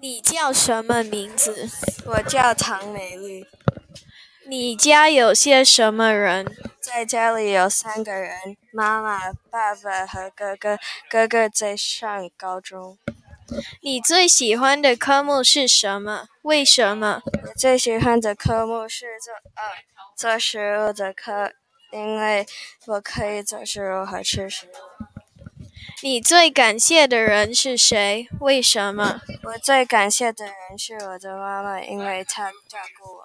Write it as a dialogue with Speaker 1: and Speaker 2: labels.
Speaker 1: 你叫什么名字？
Speaker 2: 我叫唐美丽，
Speaker 1: 你家有些什么人？
Speaker 2: 在家里有三个人，妈妈、爸爸和哥哥，哥哥在上高中。
Speaker 1: 你最喜欢的科目是什么？为什么？
Speaker 2: 我最喜欢的科目是做呃做食物的课，因为我可以做食物和吃食物。
Speaker 1: 你最感谢的人是谁？为什么？
Speaker 2: 我最感谢的人是我的妈妈，因为她照顾我。